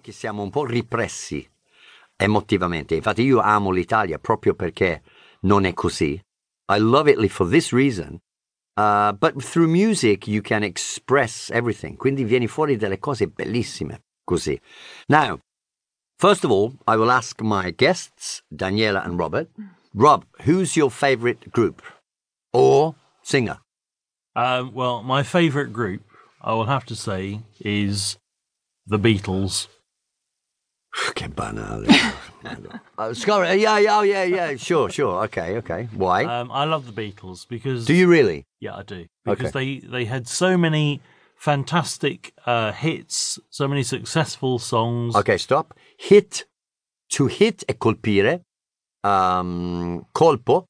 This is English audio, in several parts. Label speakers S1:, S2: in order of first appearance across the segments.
S1: che siamo un po' ripressi emotivamente. Infatti io amo l'Italia proprio perché non è così. I love Italy for this reason. Uh, but through music you can express everything. Quindi vieni fuori delle cose bellissime così. Now, first of all, I will ask my guests, Daniela and Robert. Rob, who's your favorite group or singer?
S2: Um, well, my favourite group, I will have to say, is the Beatles.
S1: che banale. uh, Scar- yeah, yeah, oh, yeah, yeah. Sure, sure. Okay, okay. Why?
S2: Um, I love the Beatles because
S1: Do you really?
S2: yeah, I do because they they had so many fantastic uh, hits, so many successful songs.
S1: Ok, stop. Hit. To hit è colpire. Um, colpo.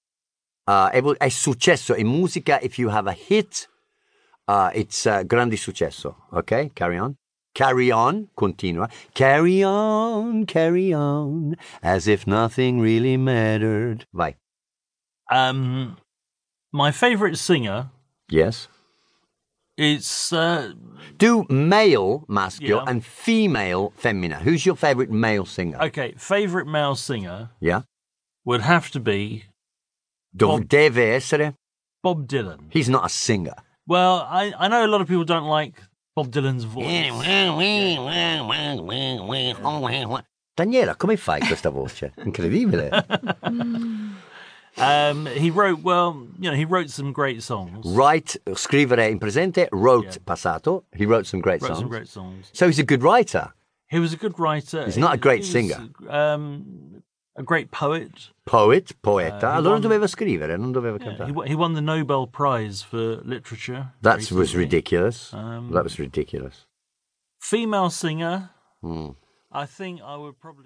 S1: Uh, è, è successo. In musica, if you have a hit, uh, it's uh, grande successo. Ok, carry on. Carry on, continua. Carry on, carry on, as if nothing really mattered. Vai.
S2: Um, my favourite singer
S1: Yes.
S2: is uh,
S1: Do male maschio
S2: Yeah.
S1: and female femmina. Who's your favorite male singer?
S2: okay. Favourite male singer
S1: Yeah.
S2: would have to be
S1: Dov- deve essere.
S2: Bob Dylan.
S1: He's not a singer.
S2: Well, I I know a lot of people don't like Bob Dylan's voice.
S1: Daniela, come fai questa voce? Incredibile.
S2: Um, he wrote well, you know, he wrote some great songs.
S1: Write, scrivere in presente, wrote
S2: Yeah.
S1: passato. He wrote some great
S2: wrote
S1: songs.
S2: some great songs.
S1: So he's a good writer.
S2: He was a good writer.
S1: He's not a great
S2: He was,
S1: singer.
S2: Um, a great poet.
S1: Poet, poeta.
S2: Eh, he
S1: allora
S2: won-
S1: doveva scrivere, non doveva
S2: Yeah,
S1: cantare.
S2: he, won- he won the Nobel Prize for literature.
S1: That was
S2: recently.
S1: ridiculous.
S2: Um,
S1: that was ridiculous.
S2: Female singer.
S1: Mm.
S2: I think I would probably